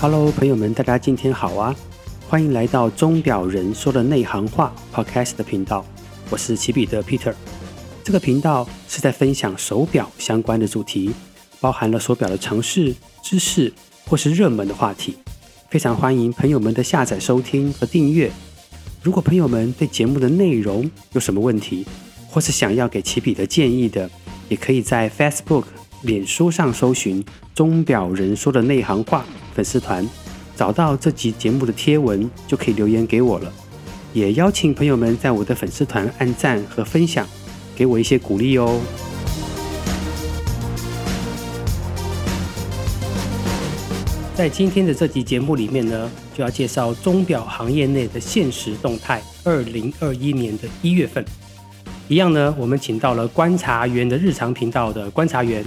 Hello，朋友们，大家今天好啊！欢迎来到《钟表人说的内行话》Podcast 的频道，我是奇彼得 Peter。这个频道是在分享手表相关的主题，包含了手表的常识、知识或是热门的话题。非常欢迎朋友们的下载、收听和订阅。如果朋友们对节目的内容有什么问题，或是想要给奇比的建议的，也可以在 Facebook、脸书上搜寻“钟表人说的内行话”粉丝团，找到这集节目的贴文就可以留言给我了。也邀请朋友们在我的粉丝团按赞和分享，给我一些鼓励哦。在今天的这集节目里面呢，就要介绍钟表行业内的现实动态。二零二一年的一月份，一样呢，我们请到了观察员的日常频道的观察员。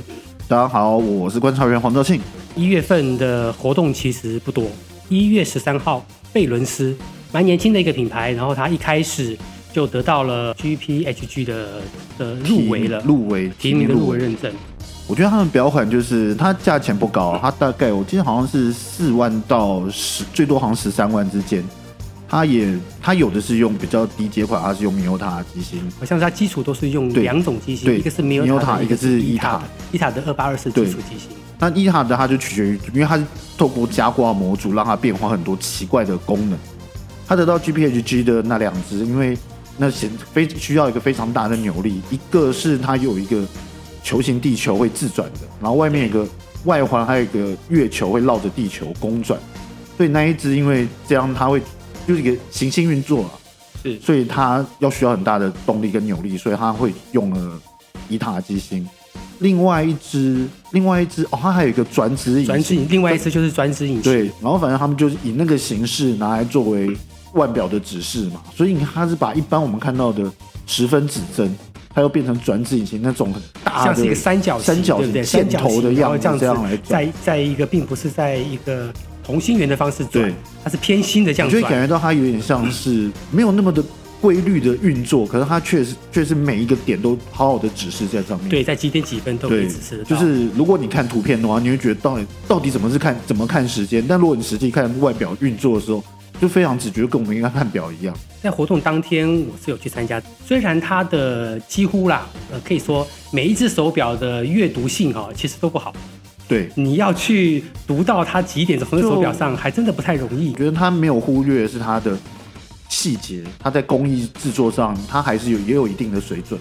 大家好，我是观察员黄兆庆。一月份的活动其实不多，一月十三号，贝伦斯蛮年轻的一个品牌，然后它一开始就得到了 GPHG 的的入围了，入围，提名的入围。认证。我觉得他们表款就是它价钱不高，它大概我记得好像是四万到十，最多好像十三万之间。它也它有的是用比较低阶款，它是用米欧塔机芯，好像是它基础都是用对两种机型，对一个是米 Miota，塔，一个是伊塔 Eta 的，伊塔的二八二四基对础机型。那伊塔的它就取决于，因为它是透过加挂模组让它变化很多奇怪的功能。它得到 GPHG 的那两只，因为那显非需要一个非常大的扭力，一个是它有一个球形地球会自转的，然后外面有个外环，还有一个月球会绕着地球公转，所以那一只因为这样它会就是一个行星运作了，啊是所以它要需要很大的动力跟扭力，所以它会用了伊塔机芯。另外一只，另外一只哦，它还有一个转子引擎转指引，另外一次就是转指引对，然后反正他们就是以那个形式拿来作为腕表的指示嘛，所以你看它是把一般我们看到的十分指针，它又变成转指引擎那种很大像是一的个三角形，啊三角对不对？形三箭角头的形然样后子，这这样样来子，转在在一个并不是在一个同心圆的方式转对，它是偏心的这样你就会转。感觉到它有点像是没有那么的规律的运作，可是它确实确实每一个点都好好的指示在上面。对，在几点几分都可以对指示得，到。就是如果你看图片的话，你会觉得到底到底怎么是看怎么看时间，但如果你实际看外表运作的时候，就非常直觉，跟我们应该看表一样。在活动当天，我是有去参加。虽然它的几乎啦，呃，可以说每一只手表的阅读性哦，其实都不好。对，你要去读到它几点从那就手表上，还真的不太容易我。觉得他没有忽略的是他的细节，他在工艺制作上，他还是有也有一定的水准。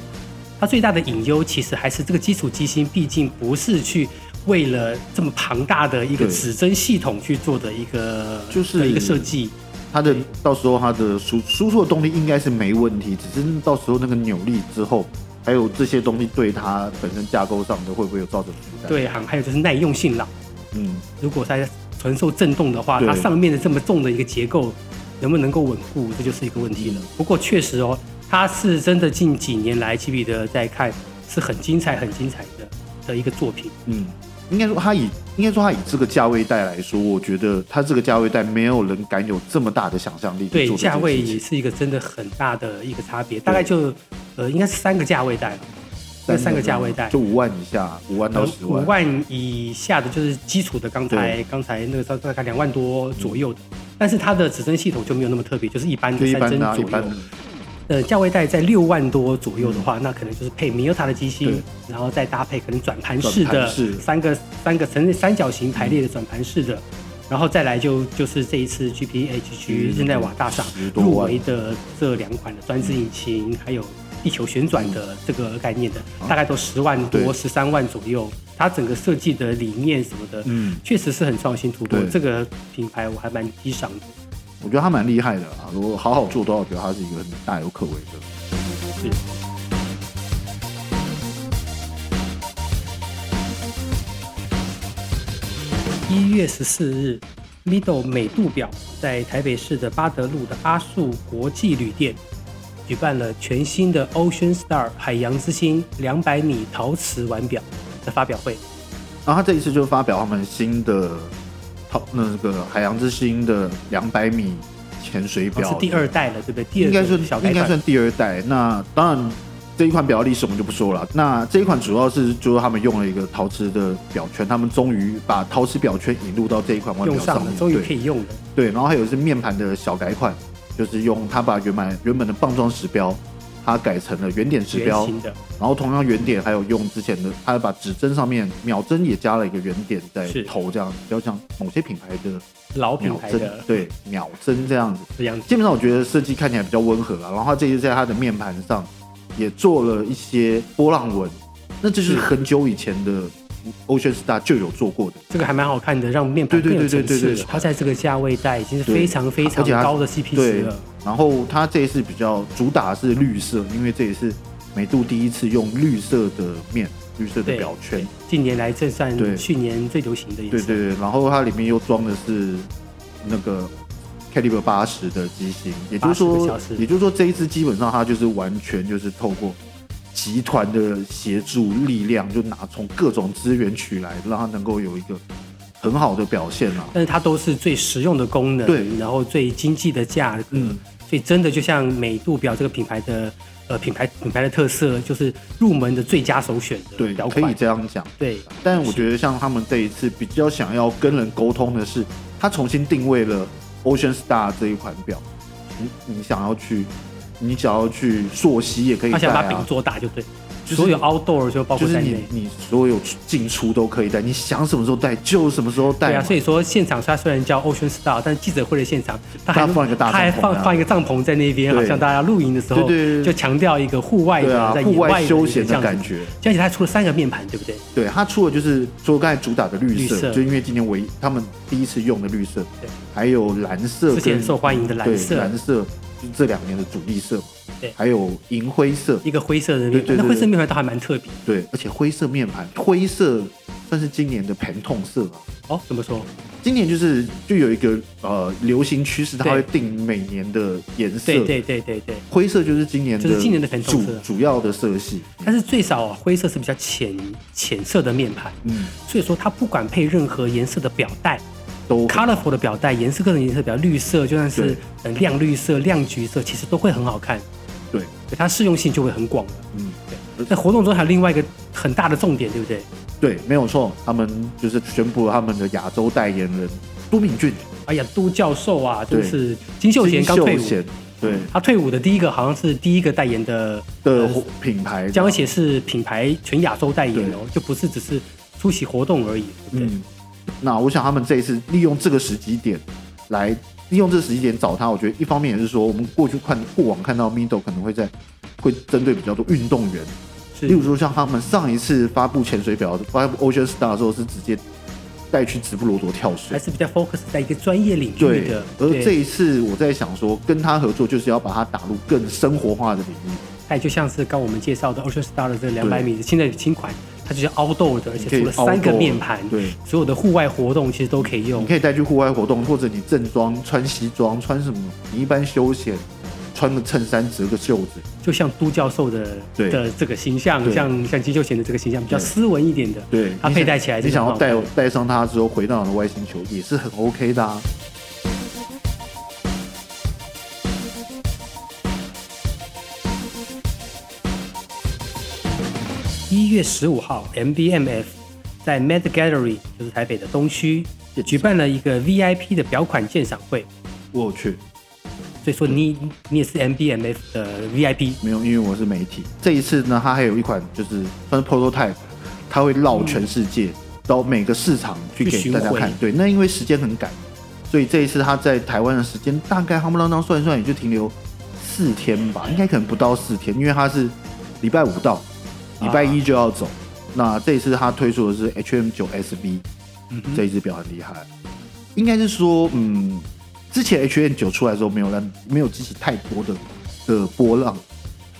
它最大的隐忧其实还是这个基础机芯，毕竟不是去为了这么庞大的一个对指针系统去做的一个就是的一个设计。他的对到时候他的输输出的动力应该是没问题，只是到时候那个扭力之后，还有这些东西对它本身架构上的会不会有造成负担？，对，还还有就是耐用性啦。嗯，如果它承受震动的话，对它上面的这么重的一个结构能不能够稳固，这就是一个问题嗯了。不过确实哦，它是真的近几年来，吉比德在看是很精彩、很精彩的的一个作品。嗯，应该说它以应该说它以这个价位带来说，我觉得它这个价位带没有人敢有这么大的想象力去对，做这件价位事情也是一个真的很大的一个差别，大概就呃应该是三个价位带了，那三个价位带呃就。五万以下，五万到十五万，万以下的就是基础的，刚才刚才那个大大概两万多左右的，但是它的指针系统就没有那么特别，就是一般嗯就的一三般针的啊、一左般右的。呃，价位带在六万多左右的话，那可能就是配米尔塔的机芯对，然后再搭配可能转盘式转的盘式三个三个呈三角形排列的转盘式的，然后再来就就是这一次 GPHG 嗯日内瓦大赏10多万嗯入围的这两款的专制引擎，还有地球旋转的这个概念的，大概都十万多啊对十三万左右。它整个设计的理念什么的，嗯确实是很创新突破。对这个品牌我还蛮欣赏的。我觉得他蛮厉害的啊，如果好好做的话，我觉得他是一个很大有可为的。是。一月十四日，Mido 美度表在台北市的八德路的阿树国际旅店举办了全新的 Ocean Star 海洋之星两百米陶瓷腕表的发表会。然后他这一次就发表他们新的淘那个海洋之星的两百米潜水哦表，是第二代了，对不对？第应二该个算小改应该版算第二代。那当然，这一款表的历史我们就不说了。那这一款主要是就是他们用了一个陶瓷的表圈，他们终于把陶瓷表圈引入到这一款腕表用上了面，，终于对可以用了。对，然后还有是面盘的小改款，就是用它把原版原本的棒状石标，它改成了圆点石圆标，形的，然后同样圆点还有用之前的，它把指针上面秒针也加了一个圆点在是头，这样比较像某些品牌的老品秒牌针的，对秒针这样子。这样子，基本上我觉得设计看起来比较温和啊，然后它这次在它的面盘上也做了一些波浪纹，那这就是是很久以前的 Ocean Star 就有做过的。这个还蛮好看的，让面盘对更有对对层对对次对了。它在这个价位带已经是对非常非而常且它高的 CP 值对了，，然后它这一次比较主打是绿色，因为这也是美度第一次用绿色的面、绿色的对表圈。近年来正算对去年最流行的颜对色。对对，然后它里面又装的是那个 Caliber 八十的机型，也就是80个说小时，也就是说这一次基本上它就是完全就是透过集团的协助力量，就拿从各种资源取来，让它能够有一个很好的表现啊。但是它都是最实用的功能，对然后最经济的价格，嗯所以真的就像美度表这个品牌的呃品牌品牌的特色，就是入门的最佳首选的对，表可以款，这样讲。对，但我觉得像他们这一次比较想要跟人沟通的是，他重新定位了 Ocean Star 这一款表，你你想要去，你想要去溯溪也可以他带想把饼啊，做大就对，就是所有 outdoor 就包括就是在内。你你所有进出都可以带，你想什么时候带就什么时候带对嘛。啊，所以说现场它虽然叫 Ocean Star，但记者会的现场，它还它放一个大它还帐篷啊放放一个帐篷在那边，对好像大家露营的时候，对对对对就强调一个户外对的、啊在，野户外外的休闲这的样子感。觉。而且它出了三个面盘，对不对？对，它除了就是说刚才主打的绿绿色，色就因为今年唯一他们第一次用的绿色对，还有蓝色之前跟受欢迎的蓝色啊对蓝色就这两年的主力色嘛，对还有银灰色，一个灰色的面对对盘，对那对灰色面盘倒还蛮特别对，而且灰色面盘，灰色算是今年的盆痛色啊。哦。怎么说？今年就是就有一个呃流行趋势，它对会定每年的颜色。对对对对对。灰色就是今年的就是今年的盆痛主色主要的色系。但是最少、啊、灰色是比较浅浅色的面盘，嗯，所以说它不管配任何颜色的表带都，colorful 的表带，颜色各种颜色的表，绿色就算是哦对呃亮绿色、亮橘色，其实都会很好看，对，对它适用性就会很广了。嗯，在活动中还有另外一个很大的重点，对不对？对，没有错。他们就是宣布了他们的亚洲代言人都敏俊，哎呀，都教授啊，真对是金秀贤刚退秀伍，贤，对他退伍的第一个好像是第一个代言的的呃品牌，江而且是品牌全亚洲代言哦，就不是只是出席活动而已，对不对？嗯，那我想他们这一次利用这个时机点来利用这个时机点找他，我觉得一方面也是说，我们过去看过往看到 Mido 可能会在会针对比较多运动员，例如是说像他们上一次发布潜水表发布 Ocean Star 的时候是直接带去直布罗陀跳还，水是比较 focus 在一个专业领域对的，，而对这一次我在想说，跟他合作就是要把它打入更生活化的领域，哎，就像是刚我们介绍的 Ocean Star 的这两百对米的现在的新款，它就是 outdoor 的，而你可且以除了三个 outdoor，面盘，对，所有的户外活动其实都可以用你。可以带去户外活动，或者你正装穿西装穿什么，你一般休闲穿个衬衫折个袖子，就像都教授的对的这个形象，对像像金秀贤的这个形象比较对斯文一点的，对，它你佩想戴起来你真的想很要好看带带上它之后回到你的外星球也是很 OK 的啊。一月十五号，MBMF 在 Mad Gallery，就是台北的东区，举办了一个 VIP 的表款鉴赏会。我去，所以说你你也是 MBMF 的 VIP，没有，因为我是媒体。这一次呢，它还有一款就是算是 prototype，它会绕全世界、到每个市场去去给巡大家回看。对，那因为时间很赶，所以这一次它在台湾的时间大概夯不啷当算一算也就停留四天哎吧，应该可能不到四天，因为它是礼拜五到，啊礼拜一就要走。那这一次它推出的是 HM 九 SB，、这嗯一只表很厉害，应该是说，嗯，之前 HN 九出来的时候没有让没有激起太多的的波浪，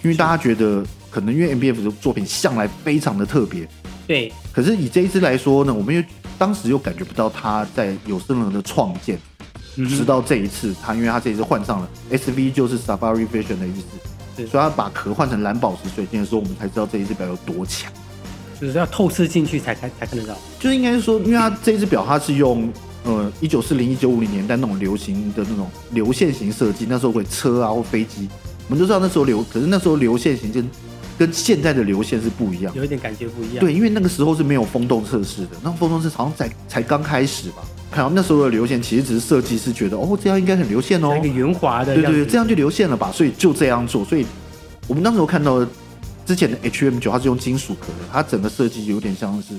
因为大家觉得可能因为 MBF 的作品向来非常的特别，对，可是以这一支来说呢，我们又当时又感觉不到它在有任何的创建，嗯直到这一次，它因为它这一次换上了 SV 就是 Safari Vision 的意是思，所以它把壳换成蓝宝石水晶的时候，我们才知道这一只表有多强。就是要透视进去才看才看得到。就是应该是说，因为它这只表它是用呃一九四零一九五零年代那种流行的那种流线型设计，那时候会车啊或飞机，我们都知道那时候流，可是那时候流线型跟跟现在的流线是不一样的。有一点感觉不一样。，对，因为那个时候是没有风洞测试的，那风洞测试好像才才刚开始吧。看到那时候的流线，其实只是设计师觉得哦，这样应该很流线哦一，个圆滑的对样对子，对，这样就流线了吧，所以就这样做。所以我们那时候看到之前的 HM 九，它是用金属壳的，它整个设计有点像是，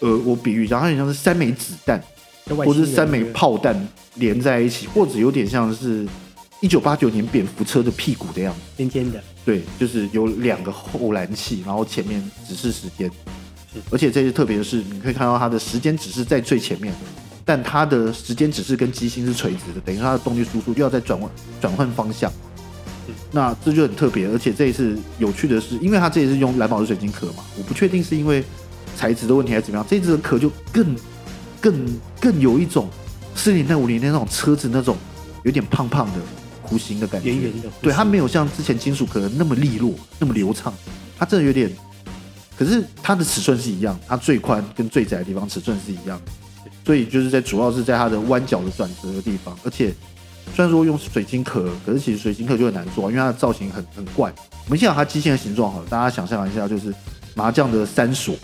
呃，我比喻一下，它有点像是三枚子弹就外或星是人三枚对炮弹连在一起，或者有点像是一九八九年蝙蝠车的屁股的样子。尖尖的，对，就是有两个后燃器，然后前面指示时间是，而且这次特别的是，你可以看到它的时间指示在最前面，但它的时间指示跟机芯是垂直的，等于它的动力输出又要再转换转换方向嗯。那这就很特别，而且这一次有趣的是，因为它这一次用蓝宝石水晶壳嘛，我不确定是因为材质的问题还是怎么样，这次的壳就更更更有一种四零代五零那种车子那种有点胖胖的弧形的感觉，圆圆的。对，它没有像之前金属壳那么利落、那么流畅，它真的有点。可是它的尺寸是一样，它最宽跟最窄的地方尺寸是一样的，所以就是在主要是在它的弯角的转折的地方。而且虽然说用水晶壳，可是其实水晶壳就很难做，因为它的造型很很怪。我们先讲它机械的形状好了，大家想象一下，就是麻将的三锁，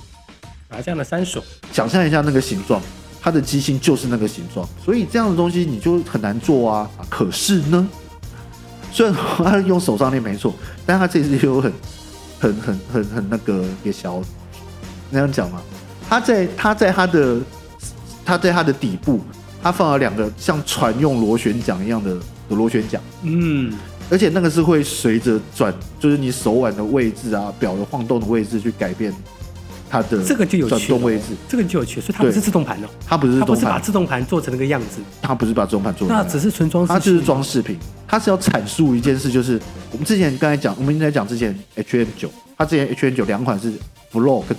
麻啊将的三手，想象一下那个形状，它的机芯就是那个形状，所以这样的东西你就很难做啊。可是呢，虽然说他用手上链没错，但他这次又很、很、很、很、很那个也小，那样讲嘛，他在他在他的他在他的底部，他放了两个像船用螺旋桨一样的的螺旋桨。嗯，而且那个是会随着转，就是你手腕的位置啊、表的晃动的位置去改变它的这个就有转趣了动位置。这个就有趣，所以它不对是自动盘哦，它不是它不动是把盘，自动盘做成那个样子，它不是把中盘做成那那样，只是纯装饰它性，就是装饰品，它是要阐述一件事，就是我们之前刚才讲，我们在讲之前 H M 九，它之前 H M 九两款是 Flow 跟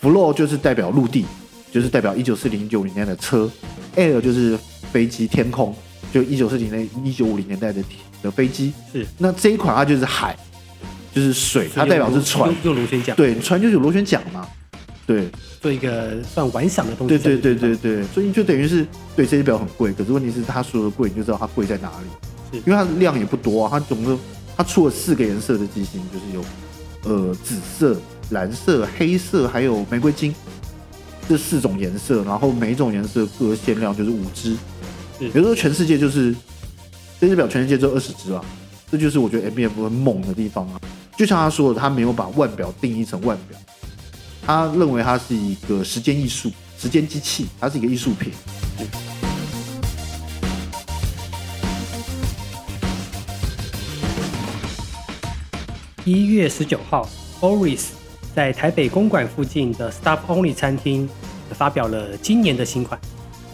Air，Flow 就是代表陆地，就是代表一九四零一九零年代的车，Air 就是飞机天空，就一九四零年一九五零年代的的飞机，是那这一款它就是海，就是水，它代表是船，用用螺旋桨对，船就是有螺旋桨嘛，对，做一个算玩赏的东西对在对里面吧。对对对，所以就等于是对这些表很贵，可是问题是它说的贵，你就知道它贵在哪是里，因为它的量也不多啊，它总共它出了四个颜色的机芯，就是有呃紫色、蓝色、黑色，还有玫瑰金这四种颜色，然后每一种颜色各限量就是五只，是比如说全世界就是这只表全世界只有二十只啊，这就是我觉得 M F 很猛的地方啊，就像他说的，他没有把腕表定义成腕表。他认为它是一个时间艺术、时间机器，它是一个艺术品。一月十九号，Oris 在台北公馆附近的 Stop Only 餐厅发表了今年的新款。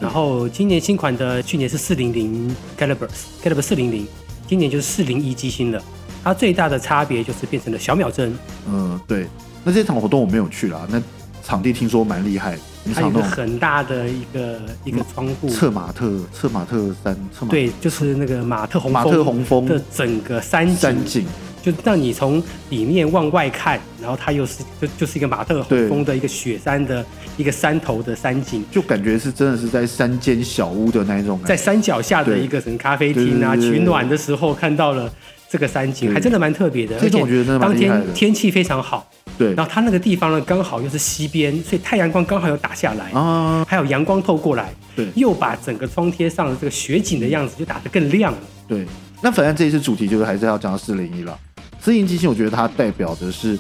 然后今年新款的去年是四零零 Caliber，Caliber 四零零，今年就是四零一机芯了。它最大的差别就是变成了小秒针，嗯，对。那这场活动我没有去啦，那场地听说蛮厉害的，一它有场一个那种很大的一个一嗯个窗户，策马特、策马特山、策马对，就是那个马特洪马峰特洪峰的整个山山景，景，就让你从里面往外看，然后它又是就就是一个马特洪对峰的一个雪山的一个山头的山景，就感觉是真的是在山间小屋的那一种在感觉。山脚下的对一个什么咖啡厅啊，对对对对取暖的时候看到了这个山景，对还真的蛮特别的。这种我觉得真的蛮当厉害的天天气非常好，对然后它那个地方呢刚好又是西边，所以太阳光刚好又打下来，啊，还有阳光透过来，对又把整个窗贴上的这个雪景的样子就打得更亮了。对。那反正这一次主题就是还是要讲到四零一了。私营机芯，我觉得它代表的是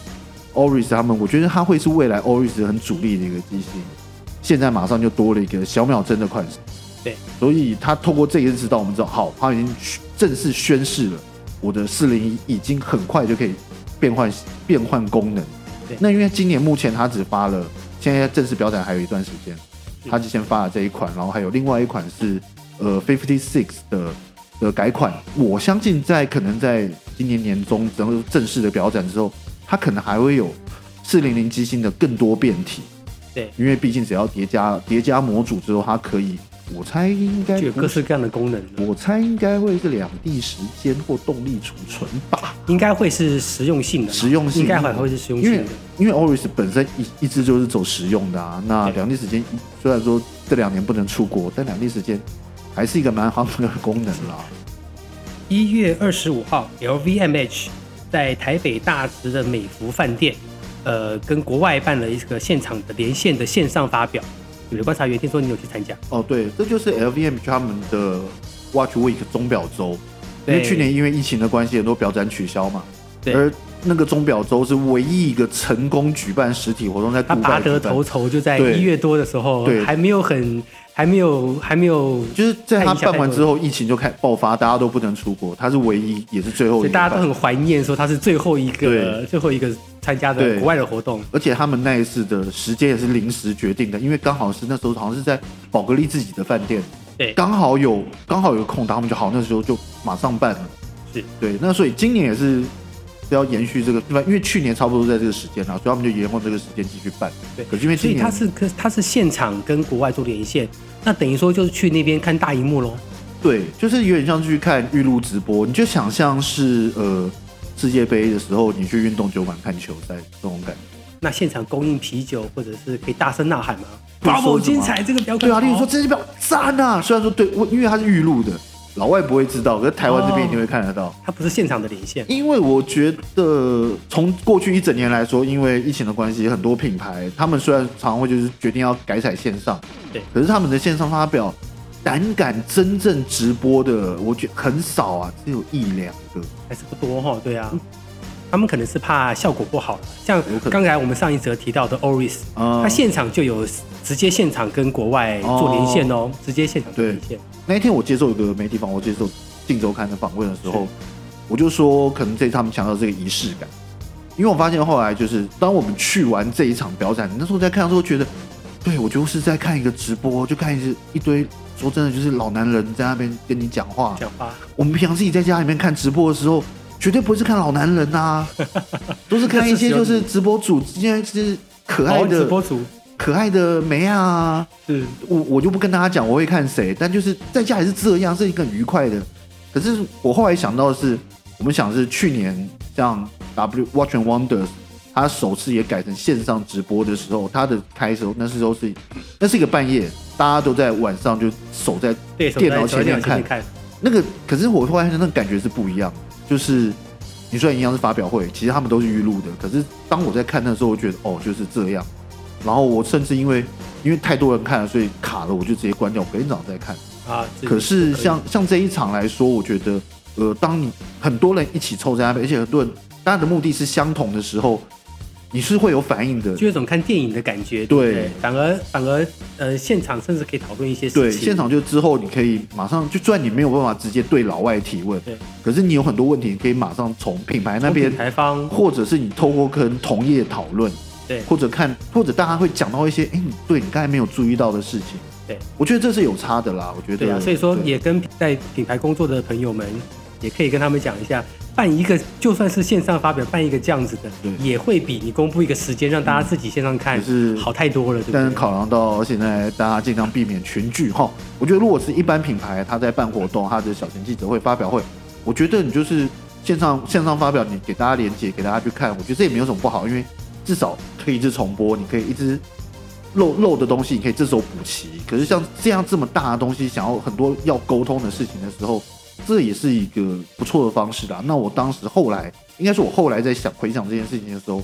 Oris 他们，我觉得它会是未来 Oris 很主力的一个机芯。现在马上就多了一个小秒针的款式。对，所以他透过这一次指导，我们知道，好，他已经正式宣誓了，我的四零一已经很快就可以变换变换功能对。那因为今年目前他只发了，现在正式表展还有一段时间，他就先发了这一款，然后还有另外一款是呃 Fifty Six 的的改款。我相信在可能在今年年中然后正式的表展之后，它可能还会有四零零机芯的更多变体。对因为毕竟只要叠加叠加模组之后，它可以，我猜应该就有不各式各样的功能了，我猜应该会是两地时间或动力储存吧，应该会是实用性的啦，实用性应该还会是实用因性为的。因为 Oris 本身一一直就是走实用的啊。那对两地时间虽然说这两年不能出国，但两地时间还是一个蛮好的功能啦。一月二十五号，LVMH 在台北大直的美孚饭店，呃，跟国外办了一个现场的连线的线上发表。有的观察员听说你有去参加，哦，对，这就是 LVMH 他们的 Watch Week 钟表周，因对为去年因为疫情的关系，很多表展取消嘛，对而那个钟表周是唯一一个成功举办实体活动在他杜拔拜举得办，头筹，就在对一月多的时候对，还没有很，还没有，还没有，就是在他看一下办完之后，疫情就开始爆发，大家都不能出国，他是唯一也是最后一所个以大家都很怀念说他是最后一个，对最后一个参加的对国外的活动。而且他们那一次的时间也是临时决定的，因为刚好是那时候好像是在宝格丽自己的饭店，对刚好有刚好有空档，他们就好那时候就马上办了，是对，那所以今年也是要延续这个，因为去年差不多在这个时间啊啦，所以他们就延后这个时间继续办，对可是因为所今以年他是跟他是现场跟国外做连线，那等于说就是去那边看大荧幕喽。对，就是有点像去看预录直播，你就想象是呃世界杯的时候你去运动酒馆看球赛这种感觉。那现场供应啤酒，或者是可以大声呐喊吗？不是 Bravo，说什么精彩！这个表对啊，例如如说这支表赞啊，虽然说对，我因为它是预录的，老外不会知道，可是台湾这边哦一定会看得到。它不是现场的连线，因为我觉得从过去一整年来说，因为疫情的关系，很多品牌他们虽然常会就是决定要改采线上，对可是他们的线上发表胆敢真正直播的，我觉得很少啊，只有一两个。还是不多哈。对啊，他们可能是怕效果不好，像有可能刚才我们上一则提到的 Oris，嗯他现场就有直接现场跟国外做连线哦，直接现场做连线。那一天我接受一个媒体访，我接受《镜周刊》的访问的时候，我就说，可能这次他们强调这个仪式感，因为我发现后来就是，当我们去完这一场表展，那时候在看的时候觉得，对我就是在看一个直播，就看一一堆说真的就是老男人在那边跟你讲话。讲话，我们平常自己在家里面看直播的时候，绝对不会是看老男人 呐、都是看一些就是直播主，现在是可爱哦，直的、播组嗯可爱的梅啊。是我我就不跟大家讲我会看谁，但就是在家也是这样，是一个很愉快的。可是我后来想到的是，我们想的是去年像 W Watch and Wonders，它首次也改成线上直播的时候，它的开时候那时候是那是一个半夜，大家都在晚上就守在对手在电脑前面手在电看脑看，那个。可是我后来那个感觉是不一样的，就是你虽然一样是发表会，其实他们都是预录的，可是当我在看的时候，我觉得哦就是这样。然后我甚至因为因为太多人看了，所以卡了，我就直接关掉，我隔天早上再看。啊。可是可以像像这一场来说，我觉得呃，当你很多人一起凑在那边，而且很多人大家的目的是相同的时候，你是会有反应的。就有种看电影的感觉，对对不对，反而反而呃，现场甚至可以讨论一些事情，对，现场就之后你可以马上，就算你没有办法直接对老外提问对，可是你有很多问题，你可以马上从品牌那边，台方或者是你透过跟同业讨论，对或者看，或者大家会讲到一些，哎，你对你刚才没有注意到的事情。对，我觉得这是有差的啦，我觉得。对啊，所以说对也跟在品牌工作的朋友们，也可以跟他们讲一下，办一个就算是线上发表，办一个这样子的对，也会比你公布一个时间让大家自己线上看也是好太多了，对不但是对？考量到现在大家尽量避免群聚哈，我觉得如果是一般品牌，他在办活动，他的小型记者会、发表会，我觉得你就是线上线上发表，你给大家连接，给大家去看，我觉得这也没有什么不好，因为至少可以一直重播，你可以一直漏漏的东西，你可以这时候补齐。可是像这样这么大的东西，想要很多要沟通的事情的时候，这也是一个不错的方式啦。那我当时后来，应该是我后来在想回想这件事情的时候，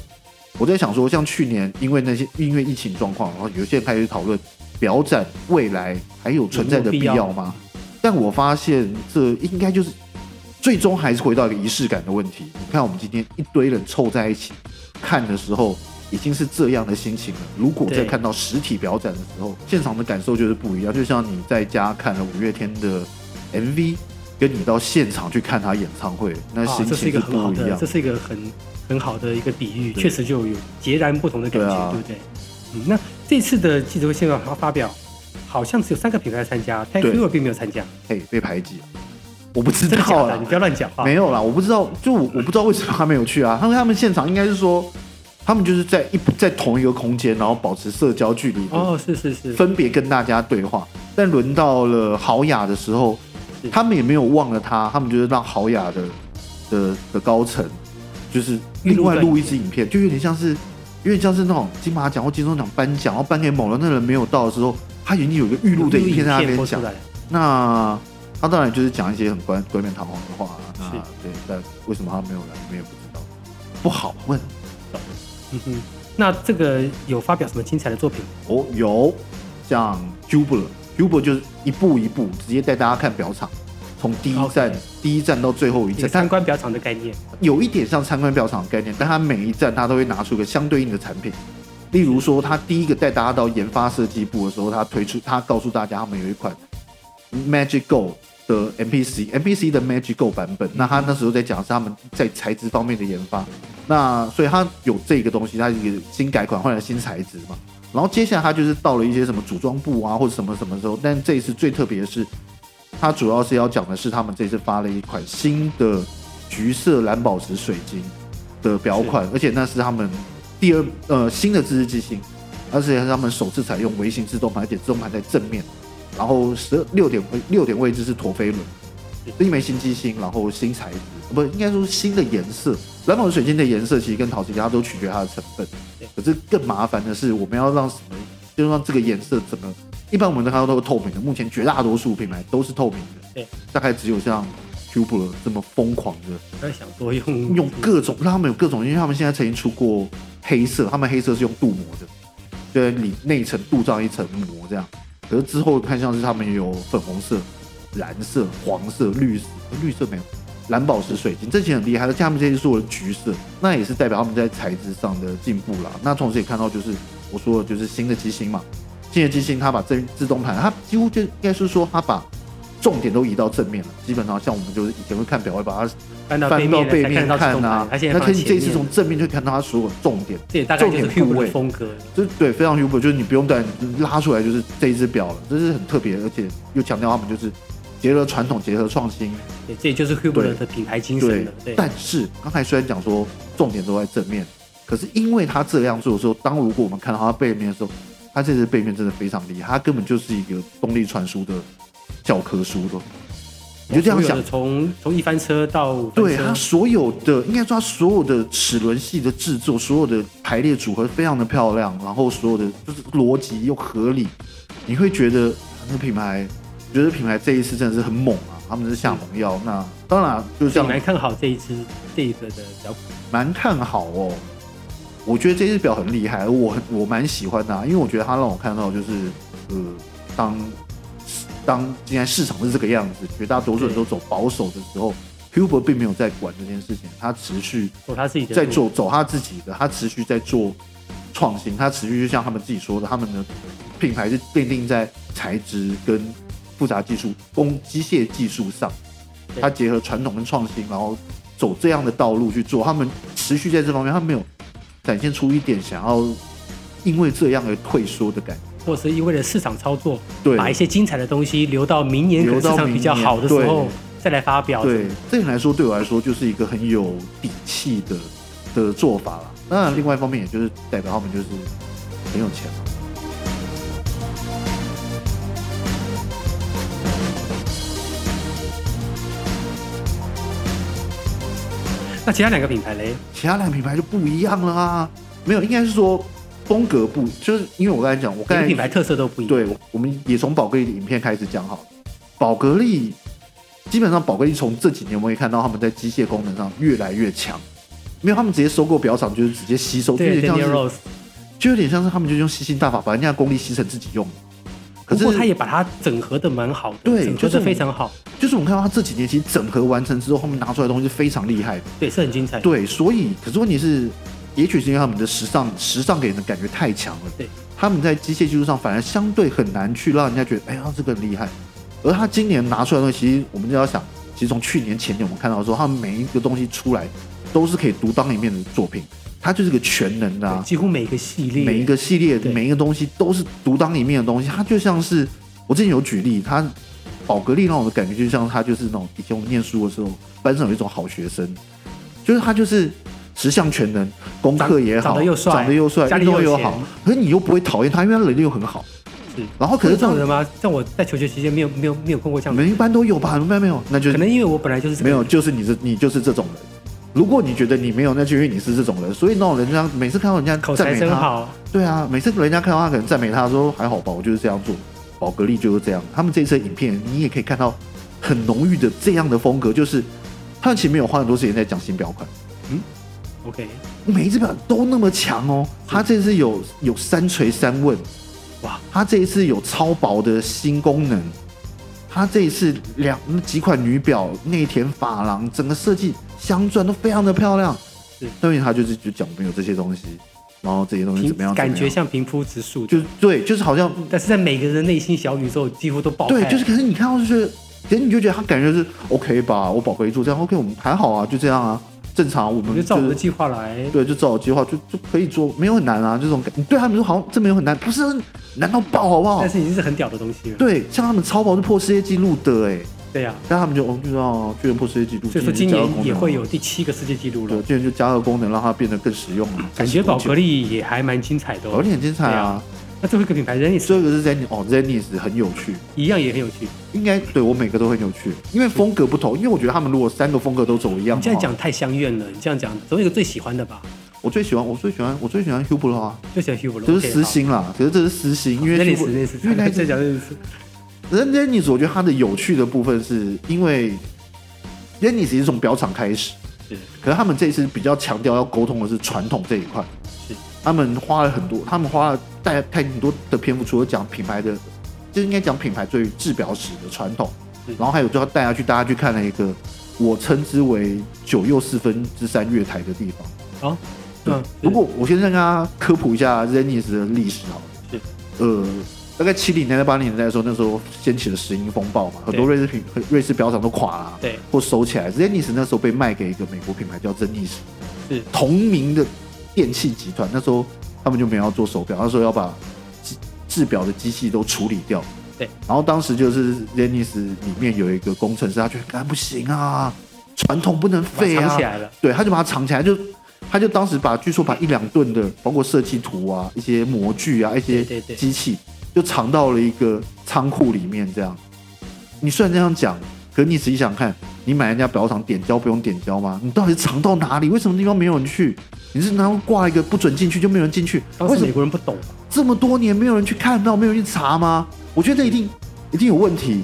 我在想说，像去年因为那些因为疫情状况，然后有些人开始讨论表展未来还有存在的必要吗？但我发现这应该就是最终还是回到一个仪式感的问题。你看我们今天一堆人凑在一起看的时候，已经是这样的心情了。如果再对看到实体表展的时候，现场的感受就是不一样。就像你在家看了五月天的 MV，跟你到现场去看他演唱会，那啊心，这情是一个很好不一的，样这。是一个很很好的一个比喻，对确实就有截然不同的感对觉，啊对不对？嗯，那这次的记者会现场发表，好像只有三个品牌参加，Thank 对 You 并没有参加，哎，被排挤，我不知 真的假道的？啦你。不要乱讲话。啊没有啦，我不知道，就我我不知道为什么他没有去啊。他们他们现场应该是说，他们就是在一在同一个空间，然后保持社交距离，哦，是是是，分别跟大家对话。但轮到了豪雅的时候是，他们也没有忘了他，他们就是让豪雅的的的高层，就是另外录一支影片，就有点像是，有点像是那种金马奖或金钟奖颁奖，然后颁给某人，那人没有到的时候，他已经有一个预录的影片在那边播讲出。来，那他当然就是讲一些很冠冠冕堂皇的话啊。那是对，但为什么他没有来，我们也不知道。不好问。嗯哼，那这个有发表什么精彩的作品？哦，有像 Jubler，Jubler 就是一步一步直接带大家看表场，从第一站 OK 第一站到最后一有站，参观表场的概念。有一点像参观表厂的概念，但它每一站它都会拿出一个相对应的产品。例如说，它第一个带大家到研发设计部的时候，它推出，它告诉大家他们有一款 Magic Go 的 MPC，MPC 的 Magic Go 版本。那它那时候在讲是他们在材质方面的研发，那所以它有这个东西，它一个新改款换了新材质嘛。然后接下来它就是到了一些什么组装部啊，或者什么什么时候，但这一次最特别的是，它主要是要讲的是他们这次发了一款新的橘色蓝宝石水晶的表款，而且那是他们第二呃新的自制机芯，而且是他们首次采用微型自动盘，而且自动盘在正面，然后十六点位六点位置是陀飞轮，是一枚新机芯，然后新材质，不应该说是新的颜色，蓝宝石水晶的颜色其实跟陶瓷一样，它都取决它的成分对。可是更麻烦的是，我们要让什么，就让这个颜色整个，一般我们都看到都是透明的，目前绝大多数品牌都是透明的，对，大概只有像 Cubler 这么疯狂的不要想多用用各种，让他们有各种，因为他们现在曾经出过黑色，他们黑色是用镀膜的，就是里内层镀上一层膜这样。可是之后看像是他们有粉红色、蓝色、黄色、绿色，呃绿色没有，蓝宝石水晶这些很厉害，而且他们这些做的橘色，那也是代表他们在材质上的进步啦。那同时也看到就是我说的就是新的机芯嘛，新的机芯它把自自动盘，它几乎就应该是说它把重点都移到正面了，基本上像我们就是以前会看表会把它翻到背翻到面背面来才看得到自动啊盘，，它现在那放在可是你这前一次面从，正面就看到它所有的重点，这也大概就是重点部 Cube 位的风格。就是对非常 Uber，就是你不用再拉出来，就是这一只表了，这是很特别，而且又强调他们就是结合传统，结合创新，对，这也就是 Cube 对的品牌精神对了。对，但是刚才虽然讲说重点都在正面，可是因为他这样做的时候，当如果我们看到他背面的时候，他这只背面真的非常厉害，他根本就是一个动力传输的教科书了。你就这样哦所有想的，从从一番车到五番对车它，所有的，应该说它所有的齿轮系的制作，所有的排列组合非常的漂亮，然后所有的就是逻辑又合理，你会觉得啊那品牌，觉得品牌这一次真的是很猛啊，他们是下猛药。那当然就是这所以样你，蛮看好这一支这一个的表款。蛮看好哦。我觉得这只表很厉害，我很我蛮喜欢的啊、因为我觉得它让我看到就是，呃，当当现在市场是这个样子，绝大多数人都走保守的时候，Huber 并没有在管这件事情，他持续做他自己的在路做走他自己的，他持续在做创新，他持续就像他们自己说的，他们的品牌是奠定在材质跟复杂技术、工机械技术上，对他结合传统跟创新，然后走这样的道路去做，他们持续在这方面，他没有展现出一点想要因为这样而退缩的感觉。或是因为了市场操作，对把一些精彩的东西留到明年可能留市到场比较明年好的时候对再来发表。对，这点来说，对我来说就是一个很有底气的的做法了。那另外一方面，也就是代表他们就是很有钱嘛。那其他两个品牌嘞，其他两个品牌就不一样了啊。没有，应该是说风格不，就是因为我刚才讲，我每刚个才品牌特色都不一样。对，我我们也从宝格丽的影片开始讲好了。宝格丽基本上，宝格丽从这几年我们也看到他们在机械功能上越来越强，没有他们直接收购表厂，就是直接吸收，就有对点像，Daniel 是， Rose，就有点像是他们就用吸星大法把人家的功力吸成自己用。可不是过他也把它整合的蛮好的，对整合就是的我非常好，就是我们看到他这几年其实整合完成之后，他们拿出来的东西是非常厉害的。对，是很精彩。对，所以可是问题是，也许是因为他们的时尚时尚给人的感觉太强了，对，他们在机械技术上反而相对很难去让人家觉得，哎呀，这个很厉害。而他今年拿出来的东西，其实我们就要想，其实从去年前年我们看到说，他们每一个东西出来都是可以独当一面的作品，他就是个全能的、啊对，几乎每个系列，每一个系列对每一个东西都是独当一面的东西，它就像是我之前有举例，它宝格丽让我的感觉就像它就是那种以前我们念书的时候，班上有一种好学生，就是他就是十项全能，功课也好，长得又帅长得又帅，家里运动又有又钱好，可是你又不会讨厌他，因为他能力又很好。是然后可会有这是这种人种吗？像我在求学期间没有没有没有碰过这样你的人，们一般都有吧？明白没有？那就可能因为我本来就是这个没有，就是你这你就是这种人。如果你觉得你没有，那就因为你是这种人，所以那种人家每次看到人家口赞才美真他，好，对啊，每次人家看到他可能赞美他说还好吧，我就是这样做。宝格丽就是这样，他们这一次的影片你也可以看到很浓郁的这样的风格，就是他们其实没有花很多时间在讲新表款，嗯嗯， OK，每一只表都那么强哦。它这次有有三锤三问，哇，它这一次有超薄的新功能，它这一次两几款女表内田珐琅整个设计镶钻都非常的漂亮是，所以它就是就讲我们有这些东西，然后这些东西平怎么样，感怎么觉样像平铺直述，就对，就是好像但是在每个人的内心小宇宙几乎都爆开对了，，就是可是你看到就是，可是你就觉得他感觉就是 OK 吧，我宝贝做这样 OK，我们还好啊，就这样啊，正常，我我们就照我的是计划来，对，就照我计划就就可以做，没有很难啊，这种感，你对他们说好像这没有很难，不是难到爆好不好但？是已经是很屌的东西了。对，像他们超跑是破世界纪录的哎、对呀，但他们就哦就让巨人破世界纪录，所以说今就加个功年也能会啊有第七个世界纪录对，了，巨人就加个功能让它变得更实用了，感觉宝格丽丽也还蛮精彩的宝格哦。丽很精彩啊，那最后一个品牌人也是最后一个是 Zen 哦 Zenis 很有趣，一样也很有趣。应该对我每个都很有趣，因为风格不同，因为我觉得他们如果三个风格都走一样，你这样讲，太相怨了，你这样讲总有一个最喜欢的吧？我最喜欢我最喜欢我最喜欢 Hublot 啊，就喜欢 Hugo，这是私心啦，可是这是私心，因为哦那 Hublot- 里是那里是，因为那一再只讲那里是，人 Dennis 我觉得它的有趣的部分是因为 Dennis 是从表厂开始，是可是他们这一次比较强调要沟通的是传统这一块，是他们花了很多，他们花了带太很多的篇幅，除了讲品牌的，就应该讲品牌最制表史的传统是，然后还有就要带他去大家去看了一个我称之为九又四分之三月台的地方。哦，对，如果我先让大家科普一下 Zenis 的历史好了。是呃，大概七零年代、八零年代的时候，那时候掀起了石英风暴嘛，很多对瑞士品、瑞士表厂都垮了、对或收起来。Zenis 那时候被卖给一个美国品牌叫珍妮斯，是同名的电器集团。那时候他们就没有要做手表，那时候要把制制表的机器都处理掉。对，然后当时就是 Zenis 里面有一个工程师，他觉得干不行啊，传统不能把它废啊，嗯藏起来了，对，他就把它藏起来，就他就当时把据说把一两吨的，包括设计图啊、一些模具啊、一些对对对机器，就藏到了一个仓库里面。这样，你虽然这样讲，可你仔细想看，你买人家表厂点胶不用点胶吗？你到底藏到哪里？为什么地方没有人去？你是难道挂一个不准进去就没有人进去？当为时什么美国人不懂，这么多年没有人去看到，没有人去查吗？我觉得一定一定有问题。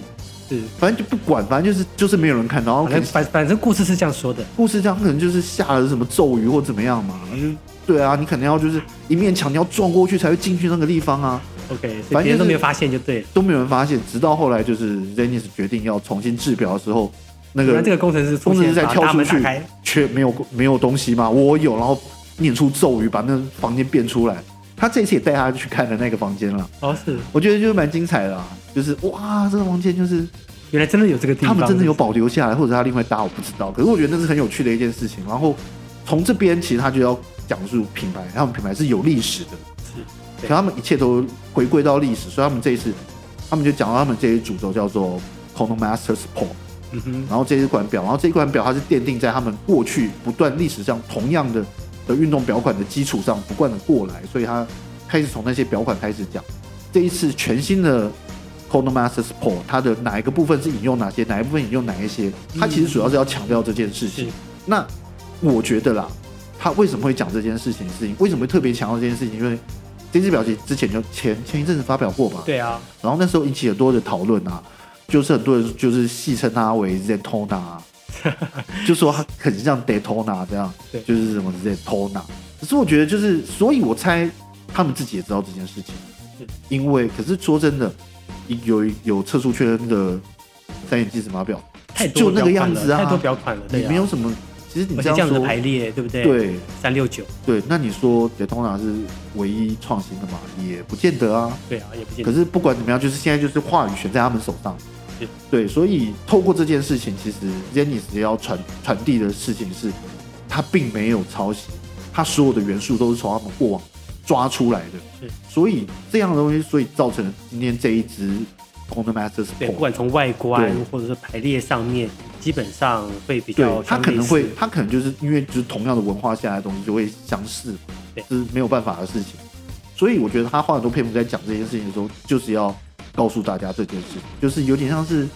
是反正就不管，反正就是就是没有人看，然后反可能正反反正故事是这样说的，故事这样可能就是下了什么咒语或怎么样嘛，就是对啊，你可能要就是一面墙你要撞过去才会进去那个地方啊， OK，所以反正别人都就是没有发现就对了。都没有人发现，直到后来就是 Zenis 决定要重新制表的时候，那突然这个个工程师出工程现，师才把跳大出门打去开，，却没有没有东西嘛，我有，然后念出咒语把那房间变出来，他这次也带他去看了那个房间了，哦，是我觉得就是蛮精彩的、啊，就是哇，这个房间就是原来真的有这个地他方，们真的有保留下来，或者是他另外搭，我不知道。可是我觉得那是很有趣的一件事情。然后从这边其实他就要讲述品牌，他们品牌是有历史的，是可对他们一切都回归到历史，所以他们这一次，他们就讲到他们这一主轴叫做 Chronomaster Sport，嗯哼，然后这一款表，然后这一款表它是奠定在他们过去不断历史上同样的的运动表款的基础上不断的过来，所以它开始从那些表款开始讲。这一次全新的 Chronomaster Sport，它的哪一个部分是引用哪些，哪一部分引用哪一些，它其实主要是要强调这件事情。是那我觉得啦，他为什么会讲这件事情？是因为为什么会特别强调这件事情？因为这只表其实之前就前前一阵子发表过嘛，对啊，然后那时候引起很多的讨论啊，就是很多人就是戏称它为 Zentona，啊 就说它很像 Daytona 这样对，就是什么 Zentona。可是我觉得就是，所以我猜他们自己也知道这件事情是，因为可是说真的，有有测速圈的三眼计时码表，太多就那个表款样了子啊太多表款了，你对啊，没有什么。其实你而这且样这样子说，排列，对不对？，对三六九，对，那你说 Daytona 是唯一创新的嘛？也不见得啊。对啊，也不见可得是不管怎么样，就是现在就是话语权在他们手上是。对，所以透过这件事情，其实 Zenis 要传传递的事情是，他并没有抄袭，他所有的元素都是从他们过往抓出来的是。所以这样的东西，所以造成了今天这一支 c o n d Master 对，不 Sport，管从外观哦对或者是排列上面，基本上会比对较，他相可能类似会，他可能就是因为就是同样的文化下来的东西就会相似嘛对，这是没有办法的事情。所以我觉得他花很多篇幅在讲这件事情的时候，就是要告诉大家这件事情，就是有点像是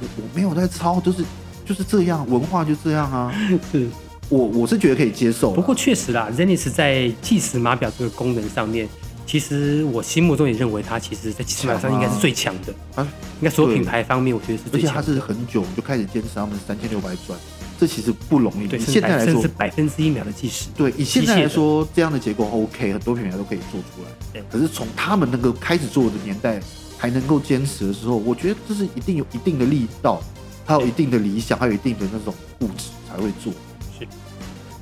我我没有在抄，就是就是这样，文化就这样啊。 是我我是觉得可以接受啦，不过确实啦，Zenis 在计时码表这个功能上面，其实我心目中也认为它其实在计时码表上应该是最强的。啊应该所有对品牌方面，我觉得是而最且强他的。是很久就开始坚持他们三千六百转这其实不容易。对，以甚至现百在来甚说至，百分之一秒的计时，对，以现在机械来的说，这样的结构 OK，很多品牌都可以做出来。对可是从他们那个开始做的年代，还能够坚持的时候，我觉得这是一定有一定的力道，还有一定的理想，还有一定的那种固执才会做。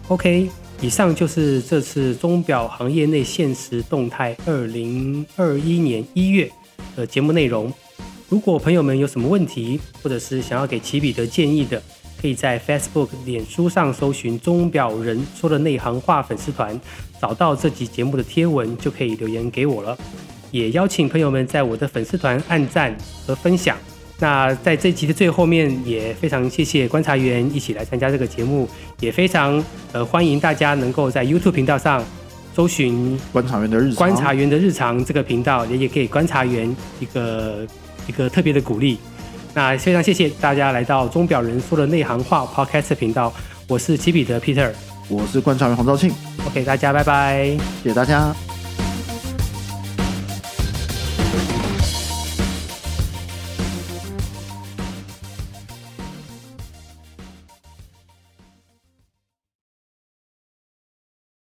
OK，以上就是这次钟表行业内现实动态二零二一年一月的节目内容。如果朋友们有什么问题，或者是想要给奇彼得建议的，可以在 Facebook、脸书上搜寻“钟表人说的内行话”粉丝团，找到这集节目的贴文，就可以留言给我了。也邀请朋友们在我的粉丝团按赞和分享。那在这集的最后面，也非常谢谢观察员一起来参加这个节目，也非常呃欢迎大家能够在 YouTube 频道上搜寻观察员的日常，观察员的日常这个频道，也也给观察员一个一个特别的鼓励。那非常谢谢大家来到钟表人说的内行话 Podcast 频道，我是奇彼得 Peter。我是观察员黄兆庆， OK，大家拜拜。谢谢大家。